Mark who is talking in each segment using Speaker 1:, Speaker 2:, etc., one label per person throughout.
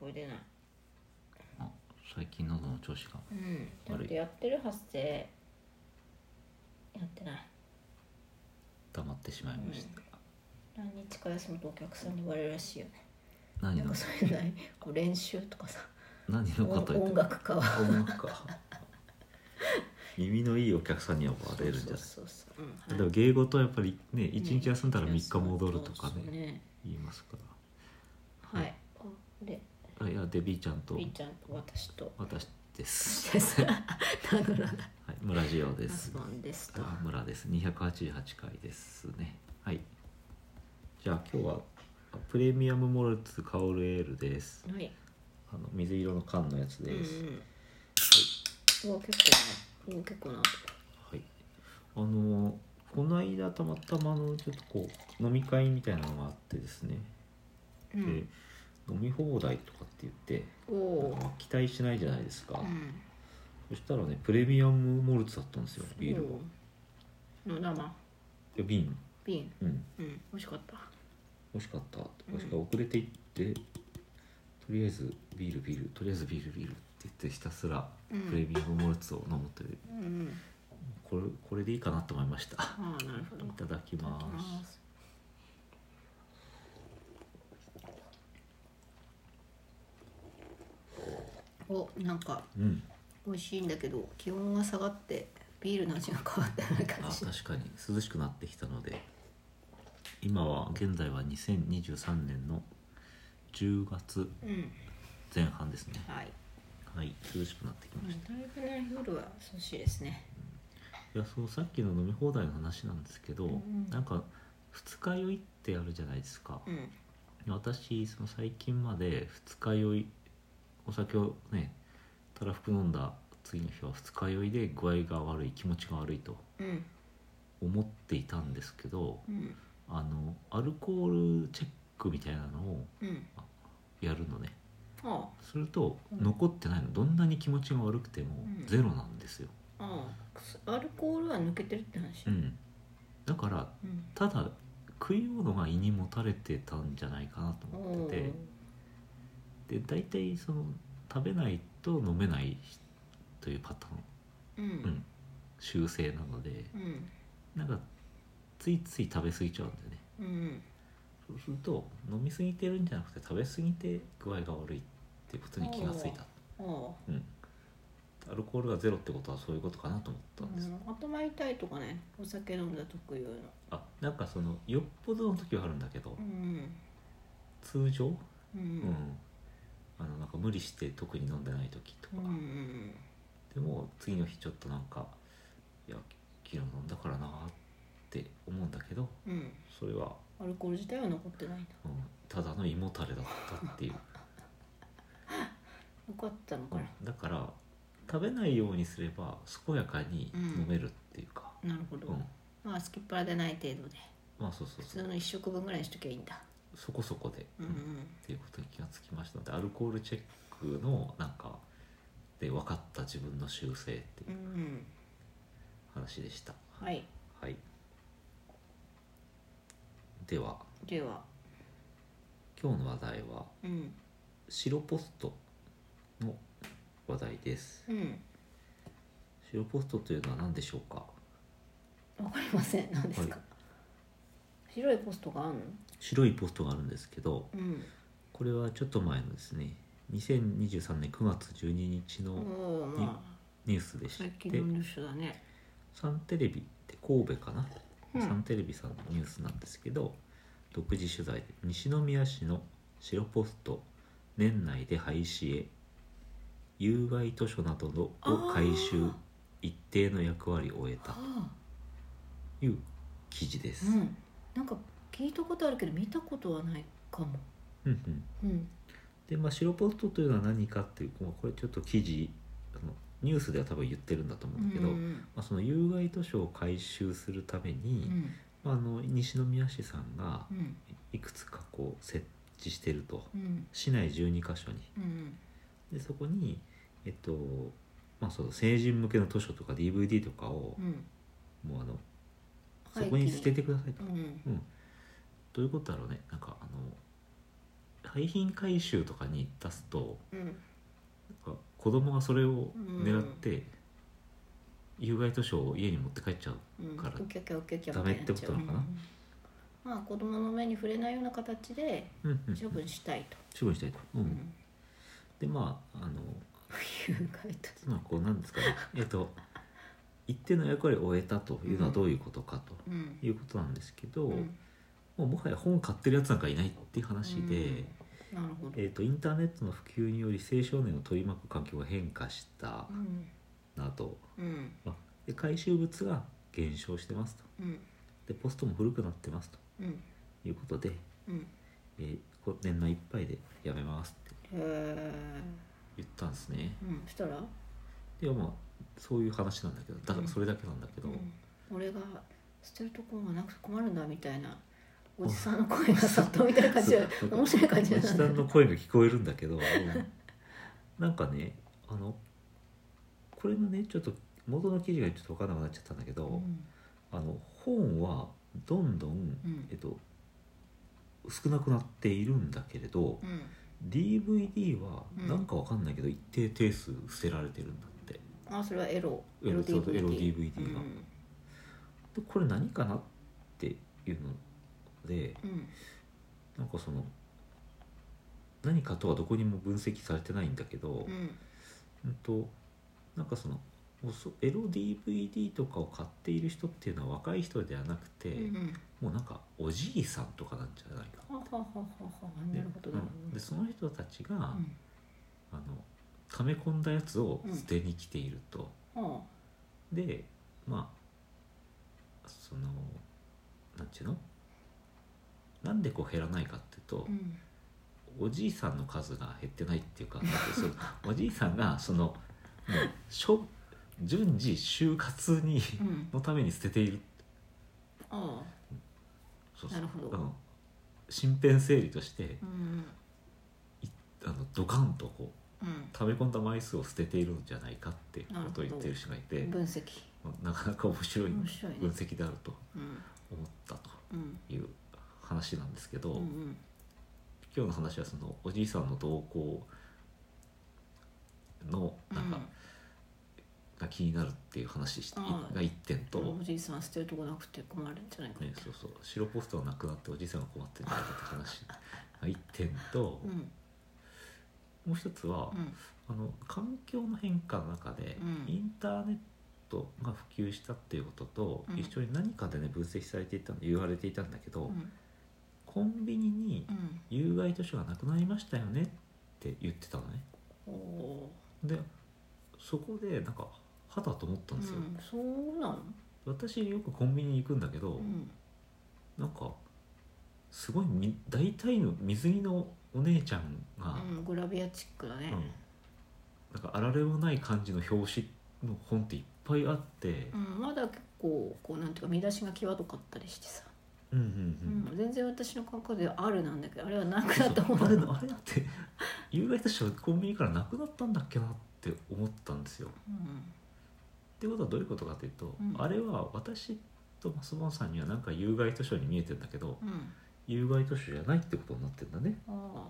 Speaker 1: ぶ出ない
Speaker 2: あ最近喉の調子が
Speaker 1: うんだっ
Speaker 2: 悪い
Speaker 1: てやってるはずでやってない
Speaker 2: 溜まってしまいました、
Speaker 1: 何日か休むとお客さんに言われるらしいよね
Speaker 2: 何
Speaker 1: なん
Speaker 2: の
Speaker 1: かそういうないこう練習とかさ
Speaker 2: 何のこと言って
Speaker 1: 音楽家は
Speaker 2: 音楽か耳のいいお客さんにはバレるんじゃない
Speaker 1: そうそうそう、うん
Speaker 2: で
Speaker 1: は
Speaker 2: も
Speaker 1: い
Speaker 2: 芸事はやっぱりね一日休んだら3日戻ると
Speaker 1: そ
Speaker 2: か
Speaker 1: うそう
Speaker 2: ね
Speaker 1: ね
Speaker 2: 言いますか
Speaker 1: はいあで
Speaker 2: らあいやデビーちゃんと
Speaker 1: みーちゃんと私と
Speaker 2: 私です
Speaker 1: 先生名乗らない
Speaker 2: はい、村ジオで
Speaker 1: マ
Speaker 2: す
Speaker 1: ス。マンですと
Speaker 2: あ村です。二百八十八回ですね。はい。じゃあ今日はあプレミアムモルツカオルエールです。
Speaker 1: はい
Speaker 2: あの水色の缶のやつです。
Speaker 1: うんうん、うわ結構なうん結構な
Speaker 2: はい。あのこの間たまたまのちょっとこう飲み会みたいなのがあってですね。
Speaker 1: う
Speaker 2: で
Speaker 1: ん
Speaker 2: 飲み放題とかって言って
Speaker 1: お
Speaker 2: なん
Speaker 1: お
Speaker 2: かまあ期待しないじゃないですか、
Speaker 1: うん
Speaker 2: そしたらねプレミアムモルツだったんですよビールが
Speaker 1: おーの生
Speaker 2: で瓶
Speaker 1: 瓶
Speaker 2: うん
Speaker 1: うん美味しかった
Speaker 2: 惜しかった
Speaker 1: ん
Speaker 2: 確か遅れていって、とりあえずビールビールとりあえずビールビールって言ってひたすら
Speaker 1: うん
Speaker 2: プレミアムモルツを飲むという、
Speaker 1: うんうん
Speaker 2: これこれでいいかなと思いましたい
Speaker 1: ああなるほどい
Speaker 2: ただき
Speaker 1: ただき
Speaker 2: ま
Speaker 1: ますおなんか
Speaker 2: すうん
Speaker 1: 美味しいんだけど気温が下がってビールの味が変わったような
Speaker 2: あ
Speaker 1: 感じ
Speaker 2: 確かに涼しくなってきたので今は現在は2023年の10月
Speaker 1: うん
Speaker 2: 前半ですね
Speaker 1: はい
Speaker 2: はい涼しくなってき
Speaker 1: う
Speaker 2: まし
Speaker 1: んだいぶね夜は涼しいですね
Speaker 2: たいやそうさっきの飲み放題の話なんですけど、
Speaker 1: うん
Speaker 2: なんか二日酔いってあるじゃないですか、
Speaker 1: うん
Speaker 2: 私その最近まで二日酔いお酒をねたらふく飲んだ次の日は二日酔いで具合が悪い気持ちが悪いと
Speaker 1: うん
Speaker 2: 思っていたんですけど
Speaker 1: うん
Speaker 2: あのアルコールチェックみたいなのを
Speaker 1: うん
Speaker 2: やるのね
Speaker 1: あ
Speaker 2: すると
Speaker 1: うん
Speaker 2: 残ってないのどんなに気持ちが悪くても
Speaker 1: うん
Speaker 2: ゼロなんですよ、
Speaker 1: あああくすアルコールは抜けてるって話
Speaker 2: う、ん、だから
Speaker 1: うん
Speaker 2: ただ食い物が胃にもたれてたんじゃないかなと思
Speaker 1: お
Speaker 2: ってて、
Speaker 1: ー
Speaker 2: で大体その食べないと飲めないというパタ
Speaker 1: う
Speaker 2: ーン、うんん、修正なので
Speaker 1: うん
Speaker 2: なんかついつい食べ過ぎちゃうんだよね
Speaker 1: うん
Speaker 2: そうすると飲み過ぎてるんじゃなくて食べ過ぎて具合が悪いっていうことに気がついた、
Speaker 1: ああ
Speaker 2: うん、アルコールがゼロってことはそういうことかなと思ったんです、
Speaker 1: うん、頭痛いとかねお酒飲んだ特有の
Speaker 2: あなんかそのよっぽどの時はあるんだけど、
Speaker 1: うん
Speaker 2: 通常、
Speaker 1: う
Speaker 2: うん
Speaker 1: ん
Speaker 2: あのなんか無理して特に飲んでない時とか、
Speaker 1: うんうん
Speaker 2: でも次の日ちょっとなんかいや昨日飲んだからなって思うんだけど
Speaker 1: うん
Speaker 2: それは、
Speaker 1: アルコール自体は残ってないな
Speaker 2: うん、ただの胃もたれだったっていう、
Speaker 1: よかったの
Speaker 2: う
Speaker 1: かな、
Speaker 2: ん、だから食べないようにすれば健やかに飲めるっていうか、
Speaker 1: なるほ
Speaker 2: う
Speaker 1: ど、
Speaker 2: ん
Speaker 1: まあすきっ腹でない程度で
Speaker 2: まあそうそう
Speaker 1: 普
Speaker 2: そ
Speaker 1: 通
Speaker 2: う
Speaker 1: の一食分ぐらいにしときゃいいんだ
Speaker 2: そこそこで、
Speaker 1: うん
Speaker 2: うんっていうことに気がつきましたのでアルコールチェックのなんかで分かった自分の修正っていう
Speaker 1: うんうん
Speaker 2: 話でした、
Speaker 1: はい
Speaker 2: はいでは
Speaker 1: では
Speaker 2: 今日の話題は
Speaker 1: うん
Speaker 2: 白ポストの話題です
Speaker 1: うん
Speaker 2: 白ポストというのは何でしょうか
Speaker 1: わかりません何ですか、
Speaker 2: は
Speaker 1: 白いポストがあんの
Speaker 2: 白いポストがあるんですけど
Speaker 1: うん
Speaker 2: これはちょっと前のですね2023年9月12日の
Speaker 1: おおまあ
Speaker 2: ニュースでし
Speaker 1: 最
Speaker 2: て
Speaker 1: 近のニュースだね
Speaker 2: サンテレビって神戸かな、
Speaker 1: うん
Speaker 2: サンテレビさんのニュースなんですけど独自取材で西宮市の白ポスト年内で廃止へ有害図書などのを回収
Speaker 1: あー
Speaker 2: 一定の役割を終えた
Speaker 1: あ
Speaker 2: という記事です、
Speaker 1: あうんなんか聞いたことあるけど見たことはないかも
Speaker 2: うんうん
Speaker 1: うん
Speaker 2: でまあ白ポストというのは何かっていう、まあ、これちょっと記事あのニュースでは多分言ってるんだと思うんだけど、
Speaker 1: うん
Speaker 2: まあ、その有害図書を回収するため
Speaker 1: う
Speaker 2: に、
Speaker 1: ん
Speaker 2: まあ、あの西宮市さんが
Speaker 1: うん
Speaker 2: いくつかこう設置してると
Speaker 1: うん
Speaker 2: 市内12カ所に
Speaker 1: うん
Speaker 2: でそこにえっとまあ、その成人向けの図書とか DVD とかを
Speaker 1: う、ん
Speaker 2: もうあの
Speaker 1: 廃
Speaker 2: そ
Speaker 1: 棄
Speaker 2: こに捨ててくださいと
Speaker 1: う、ん
Speaker 2: うん、どういうことだろうねなんかあの廃品回収とかに出すと
Speaker 1: うん
Speaker 2: なんか子供がそれを狙って有害図書を家に持って帰っちゃう
Speaker 1: うん
Speaker 2: から
Speaker 1: ウキャキャウキャキャ
Speaker 2: ダメってことなのかな
Speaker 1: うんまあ子供の目に触れないような形で
Speaker 2: うんうん
Speaker 1: 処分したいと、
Speaker 2: 処分したいと、う、
Speaker 1: うん
Speaker 2: でまああの
Speaker 1: 有害と
Speaker 2: まあこうなんですかねえっと一定の役割を終えたというのはどういうことかと
Speaker 1: うん
Speaker 2: いうことなんですけど、
Speaker 1: うん
Speaker 2: もうもはや本を買ってるやつなんかいないっていう話で、
Speaker 1: なるほど、
Speaker 2: えっとインターネットの普及により青少年を取り巻く環境が変化した
Speaker 1: うん
Speaker 2: など、
Speaker 1: うん
Speaker 2: まあで回収物が減少してますと
Speaker 1: うん
Speaker 2: でポストも古くなってますと
Speaker 1: うん
Speaker 2: いうことで、
Speaker 1: うん
Speaker 2: えーこ年内いっぱいでやめますって
Speaker 1: へえ
Speaker 2: 言ったんですね
Speaker 1: うんそしたら、
Speaker 2: いやまあそういう話なんだけどだからそれだけなんだけ
Speaker 1: う
Speaker 2: ど、
Speaker 1: ん、俺が捨てるとこがなくて困るんだみたいなおじさんの声がさっとみたいな感じで
Speaker 2: そう
Speaker 1: 面白い感じ
Speaker 2: おじ
Speaker 1: なん
Speaker 2: さ
Speaker 1: だ
Speaker 2: んの声が聞こえるんだけど、うんなんかねあのこれがねちょっと元の記事がちょっと分からなくなっちゃったんだけど、
Speaker 1: うん
Speaker 2: あの本はどんどん、
Speaker 1: うん
Speaker 2: えっと、少なくなっているんだけれど、
Speaker 1: うん
Speaker 2: DVD は
Speaker 1: うん
Speaker 2: なんかわかんないけど一定定数捨てられてるんだって、
Speaker 1: あそれはエロ
Speaker 2: エロ
Speaker 1: DVD
Speaker 2: エロ DVD が
Speaker 1: うん
Speaker 2: でこれ何かなっていうので
Speaker 1: うん
Speaker 2: なんかその何かとはどこにも分析されてないんだけど、
Speaker 1: うん
Speaker 2: うんとなんかそのもうそエロ DVD とかを買っている人っていうのは若い人ではなくて、
Speaker 1: うんうん
Speaker 2: もうなんかおじいさんとかなんじゃないか
Speaker 1: ははははは
Speaker 2: で
Speaker 1: なるほどなるほ
Speaker 2: うんで
Speaker 1: ど
Speaker 2: その人たちが、
Speaker 1: うん
Speaker 2: あの溜め込んだやつを捨てに来ていると、
Speaker 1: は
Speaker 2: でまあそのなんちゅうのなんでこう減らないかっていうと
Speaker 1: あ、うん
Speaker 2: おじいさんの数が減ってないっていうか なんていうのそのおじいさんがそのもうしょ順次就活に
Speaker 1: うん
Speaker 2: のために捨てている
Speaker 1: ああ
Speaker 2: そうそ
Speaker 1: な
Speaker 2: う
Speaker 1: るほど
Speaker 2: あの身辺整理として
Speaker 1: うん
Speaker 2: あのドカンとこう
Speaker 1: うん
Speaker 2: 溜め込んだ枚数を捨てているんじゃないかってことを言ってる人がいて
Speaker 1: 分析
Speaker 2: なかなか面白い
Speaker 1: 面白いね
Speaker 2: 分析であると
Speaker 1: うん
Speaker 2: 思ったと
Speaker 1: うん
Speaker 2: いう話なんですけど、
Speaker 1: うんうん
Speaker 2: 今日の話はそのおじいさんの動向のなんか、が気になるっていう話し
Speaker 1: うん
Speaker 2: が一点と、
Speaker 1: うんおじいさん捨てるとこなくて困るんじゃないか
Speaker 2: ね、そうそう白ポストがなくなっておじいさんが困ってるんだって話が一点と、
Speaker 1: うん
Speaker 2: もう一つは、
Speaker 1: うん
Speaker 2: あの環境の変化の中で、
Speaker 1: うん
Speaker 2: インターネットが普及したっていうことと、
Speaker 1: うん
Speaker 2: 一緒に何かでね分析されていた言われていたんだけど、
Speaker 1: うん
Speaker 2: コンビニに
Speaker 1: うん
Speaker 2: 有害図書がなくなりましたよねって言ってたのね
Speaker 1: おお
Speaker 2: でそこでなんか肌と思った
Speaker 1: ー
Speaker 2: んですよ、
Speaker 1: うんそうなの
Speaker 2: 私よくコンビニに行くんだけど、
Speaker 1: うん
Speaker 2: なんかすごいみ大体の水着のお姉ちゃんが、
Speaker 1: うんグラビアチックだね
Speaker 2: うんなんかあられもない感じの表紙の本っていっぱいあって、
Speaker 1: うんまだ結構こうなんていうか見出しが際どかったりしてさ
Speaker 2: うん、うん
Speaker 1: う
Speaker 2: うん
Speaker 1: ん全然私の感覚ではあるなんだけどあれはなく
Speaker 2: そ
Speaker 1: な
Speaker 2: う
Speaker 1: ったも
Speaker 2: あれ
Speaker 1: の
Speaker 2: あれだって 有害図書コンビニからなくなったんだっけなって思ったんですよ
Speaker 1: うん
Speaker 2: ってことはどういうことかというと、
Speaker 1: うん
Speaker 2: あれは私とマスボンさんにはなんか有害図書に見えてんだけど
Speaker 1: うん
Speaker 2: 有害図書じゃないってことになってんだね
Speaker 1: ああ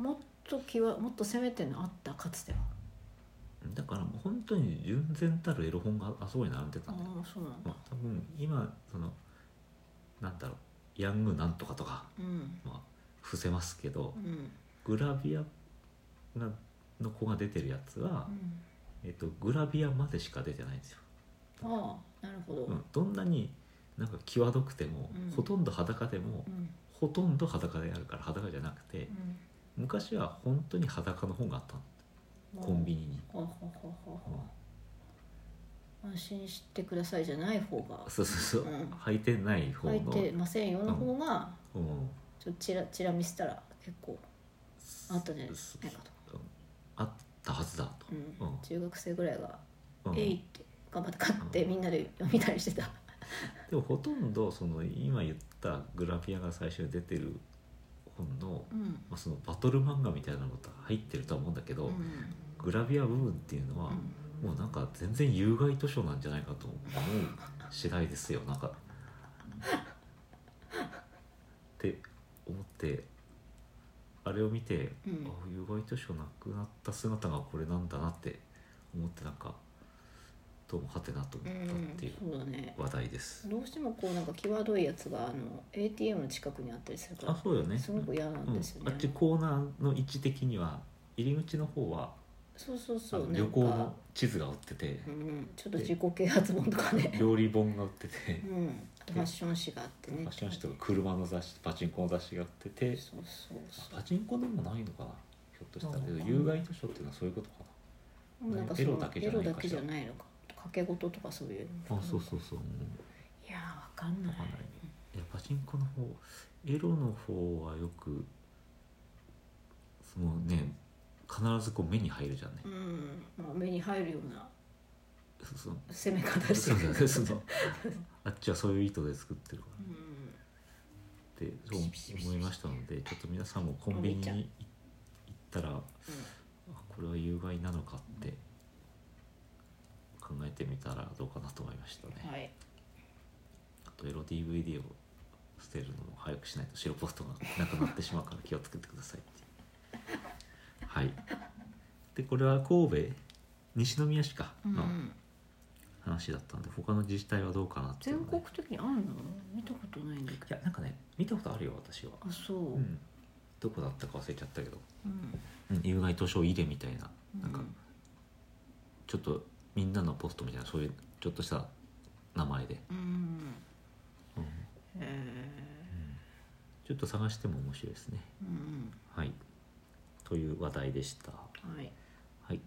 Speaker 2: うん
Speaker 1: もっと際もっと攻めてるのあったかつては
Speaker 2: だからもう本当に純然たるエロ本があそこに並んで
Speaker 1: あ
Speaker 2: たんだよ、
Speaker 1: あそうなんだ
Speaker 2: まあ、多分今そのなんだろうヤングなんとかとか
Speaker 1: うん
Speaker 2: まあ伏せますけど
Speaker 1: うん
Speaker 2: グラビアがの子が出てるやつは
Speaker 1: う、ん
Speaker 2: えっと、グラビアまでしか出てないんですよ、
Speaker 1: ああなるほど
Speaker 2: うん、どんなになんか際どくても、
Speaker 1: うん
Speaker 2: ほとんど裸でも、
Speaker 1: うん
Speaker 2: ほとんど裸であるから裸じゃなくて昔は本当に裸の本があったの
Speaker 1: うん
Speaker 2: コンビニに、
Speaker 1: ほうほうほうほうほう安心してくださいじゃない方が
Speaker 2: そうそうそう、
Speaker 1: うん
Speaker 2: 履いてない方の
Speaker 1: 入ってませんよの方が
Speaker 2: うん
Speaker 1: ちょっとチラチラ見せたら結構あったんじゃない
Speaker 2: す
Speaker 1: ないかと
Speaker 2: うんあったはずだと、
Speaker 1: うん
Speaker 2: うん
Speaker 1: 中学生ぐらいが
Speaker 2: う
Speaker 1: 「
Speaker 2: ん
Speaker 1: えい!」って頑張って買って
Speaker 2: うん
Speaker 1: みんなで読みたりしてた
Speaker 2: でもほとんどその今言ったグラビアが最初に出てる本の,、
Speaker 1: うん
Speaker 2: まあ、そのバトル漫画みたいなのが入ってるとは思うんだけど、
Speaker 1: うん
Speaker 2: グラビア部分っていうのは、もうなんか全然有害図書なんじゃないかと思う次第ですよなんか。って思ってあれを見て、
Speaker 1: うん
Speaker 2: あ有害図書なくなった姿がこれなんだなって思ってなんかどうもはてなと
Speaker 1: う
Speaker 2: 思ったっ
Speaker 1: ん
Speaker 2: ていう
Speaker 1: そうだね
Speaker 2: 話題です、
Speaker 1: どうしてもこうなんか際どいやつがあの ATM の近くにあったりするから
Speaker 2: あそうよね
Speaker 1: すごく嫌なんですよ
Speaker 2: うん、
Speaker 1: ね
Speaker 2: あっ、ちコーナーの位置的には入り口の方は
Speaker 1: そうそう
Speaker 2: あ
Speaker 1: そう
Speaker 2: の
Speaker 1: な
Speaker 2: 旅
Speaker 1: ん
Speaker 2: 行
Speaker 1: か
Speaker 2: の、地図が売ってて
Speaker 1: うん、ちょっと自己啓発本とか ね、
Speaker 2: 料理本が売ってて
Speaker 1: う、ん、あとファッション誌があって
Speaker 2: フ
Speaker 1: ね
Speaker 2: ァッション誌とか車の雑誌パチンコの雑誌が売ってて
Speaker 1: そうそうそう
Speaker 2: パチンコでもないのかなひょっとしたら
Speaker 1: なん
Speaker 2: け
Speaker 1: か
Speaker 2: ど
Speaker 1: な
Speaker 2: 有害図書っていうのはそういうことかね
Speaker 1: なんかそ
Speaker 2: エ
Speaker 1: の
Speaker 2: ロだけじ
Speaker 1: エ
Speaker 2: ゃない
Speaker 1: ロだけじゃないのか掛け事とかそういう
Speaker 2: なあそうそうそう、うん
Speaker 1: いやーわかんない
Speaker 2: わかんないいやパチンコの方エロの方はよくそのね必ずこう目に入るじゃんね、
Speaker 1: うん、まあ、目に入るような
Speaker 2: そうそう
Speaker 1: 攻め方して
Speaker 2: そう
Speaker 1: く
Speaker 2: だ
Speaker 1: る
Speaker 2: ねそのあっちはそういう意図で作ってるか
Speaker 1: う
Speaker 2: ら
Speaker 1: ん
Speaker 2: ってそう思いましたのでちょっと皆さんもコンビニに行ったらあこれは有害なのかって考えてみたらどうかなと思いましたね、
Speaker 1: うんはい
Speaker 2: あとエロ DVD を捨てるのも早くしないと白ポストがなくなってしまうから気をつけてくださいっていうはいでこれは神戸西宮市か
Speaker 1: うん
Speaker 2: の話だったんで、他の自治体はどうかなっていう
Speaker 1: 全
Speaker 2: のね
Speaker 1: 国的にあるの見たことないんだ
Speaker 2: い
Speaker 1: けど
Speaker 2: やなんかね見たことあるよ私は
Speaker 1: あそう、
Speaker 2: う
Speaker 1: うん
Speaker 2: んどこだったか忘れちゃったけど、
Speaker 1: うん
Speaker 2: うん、有害図書入れみたいななんかちょっとみんなのポストみたいなそういうちょっとした名前で、
Speaker 1: うん
Speaker 2: うん
Speaker 1: へ
Speaker 2: う
Speaker 1: え
Speaker 2: んちょっと探しても面白いですね
Speaker 1: うん
Speaker 2: はい。という話題でした。
Speaker 1: はい
Speaker 2: はい。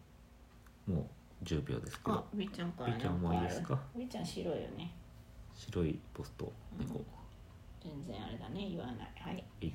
Speaker 2: もう10秒ですけ
Speaker 1: あ
Speaker 2: ど、
Speaker 1: みーちゃんから
Speaker 2: みーちゃんもいいですか
Speaker 1: なんあるみーちゃん白いよね
Speaker 2: 白いポスト、猫。
Speaker 1: 全然あれだね言わないはい
Speaker 2: えい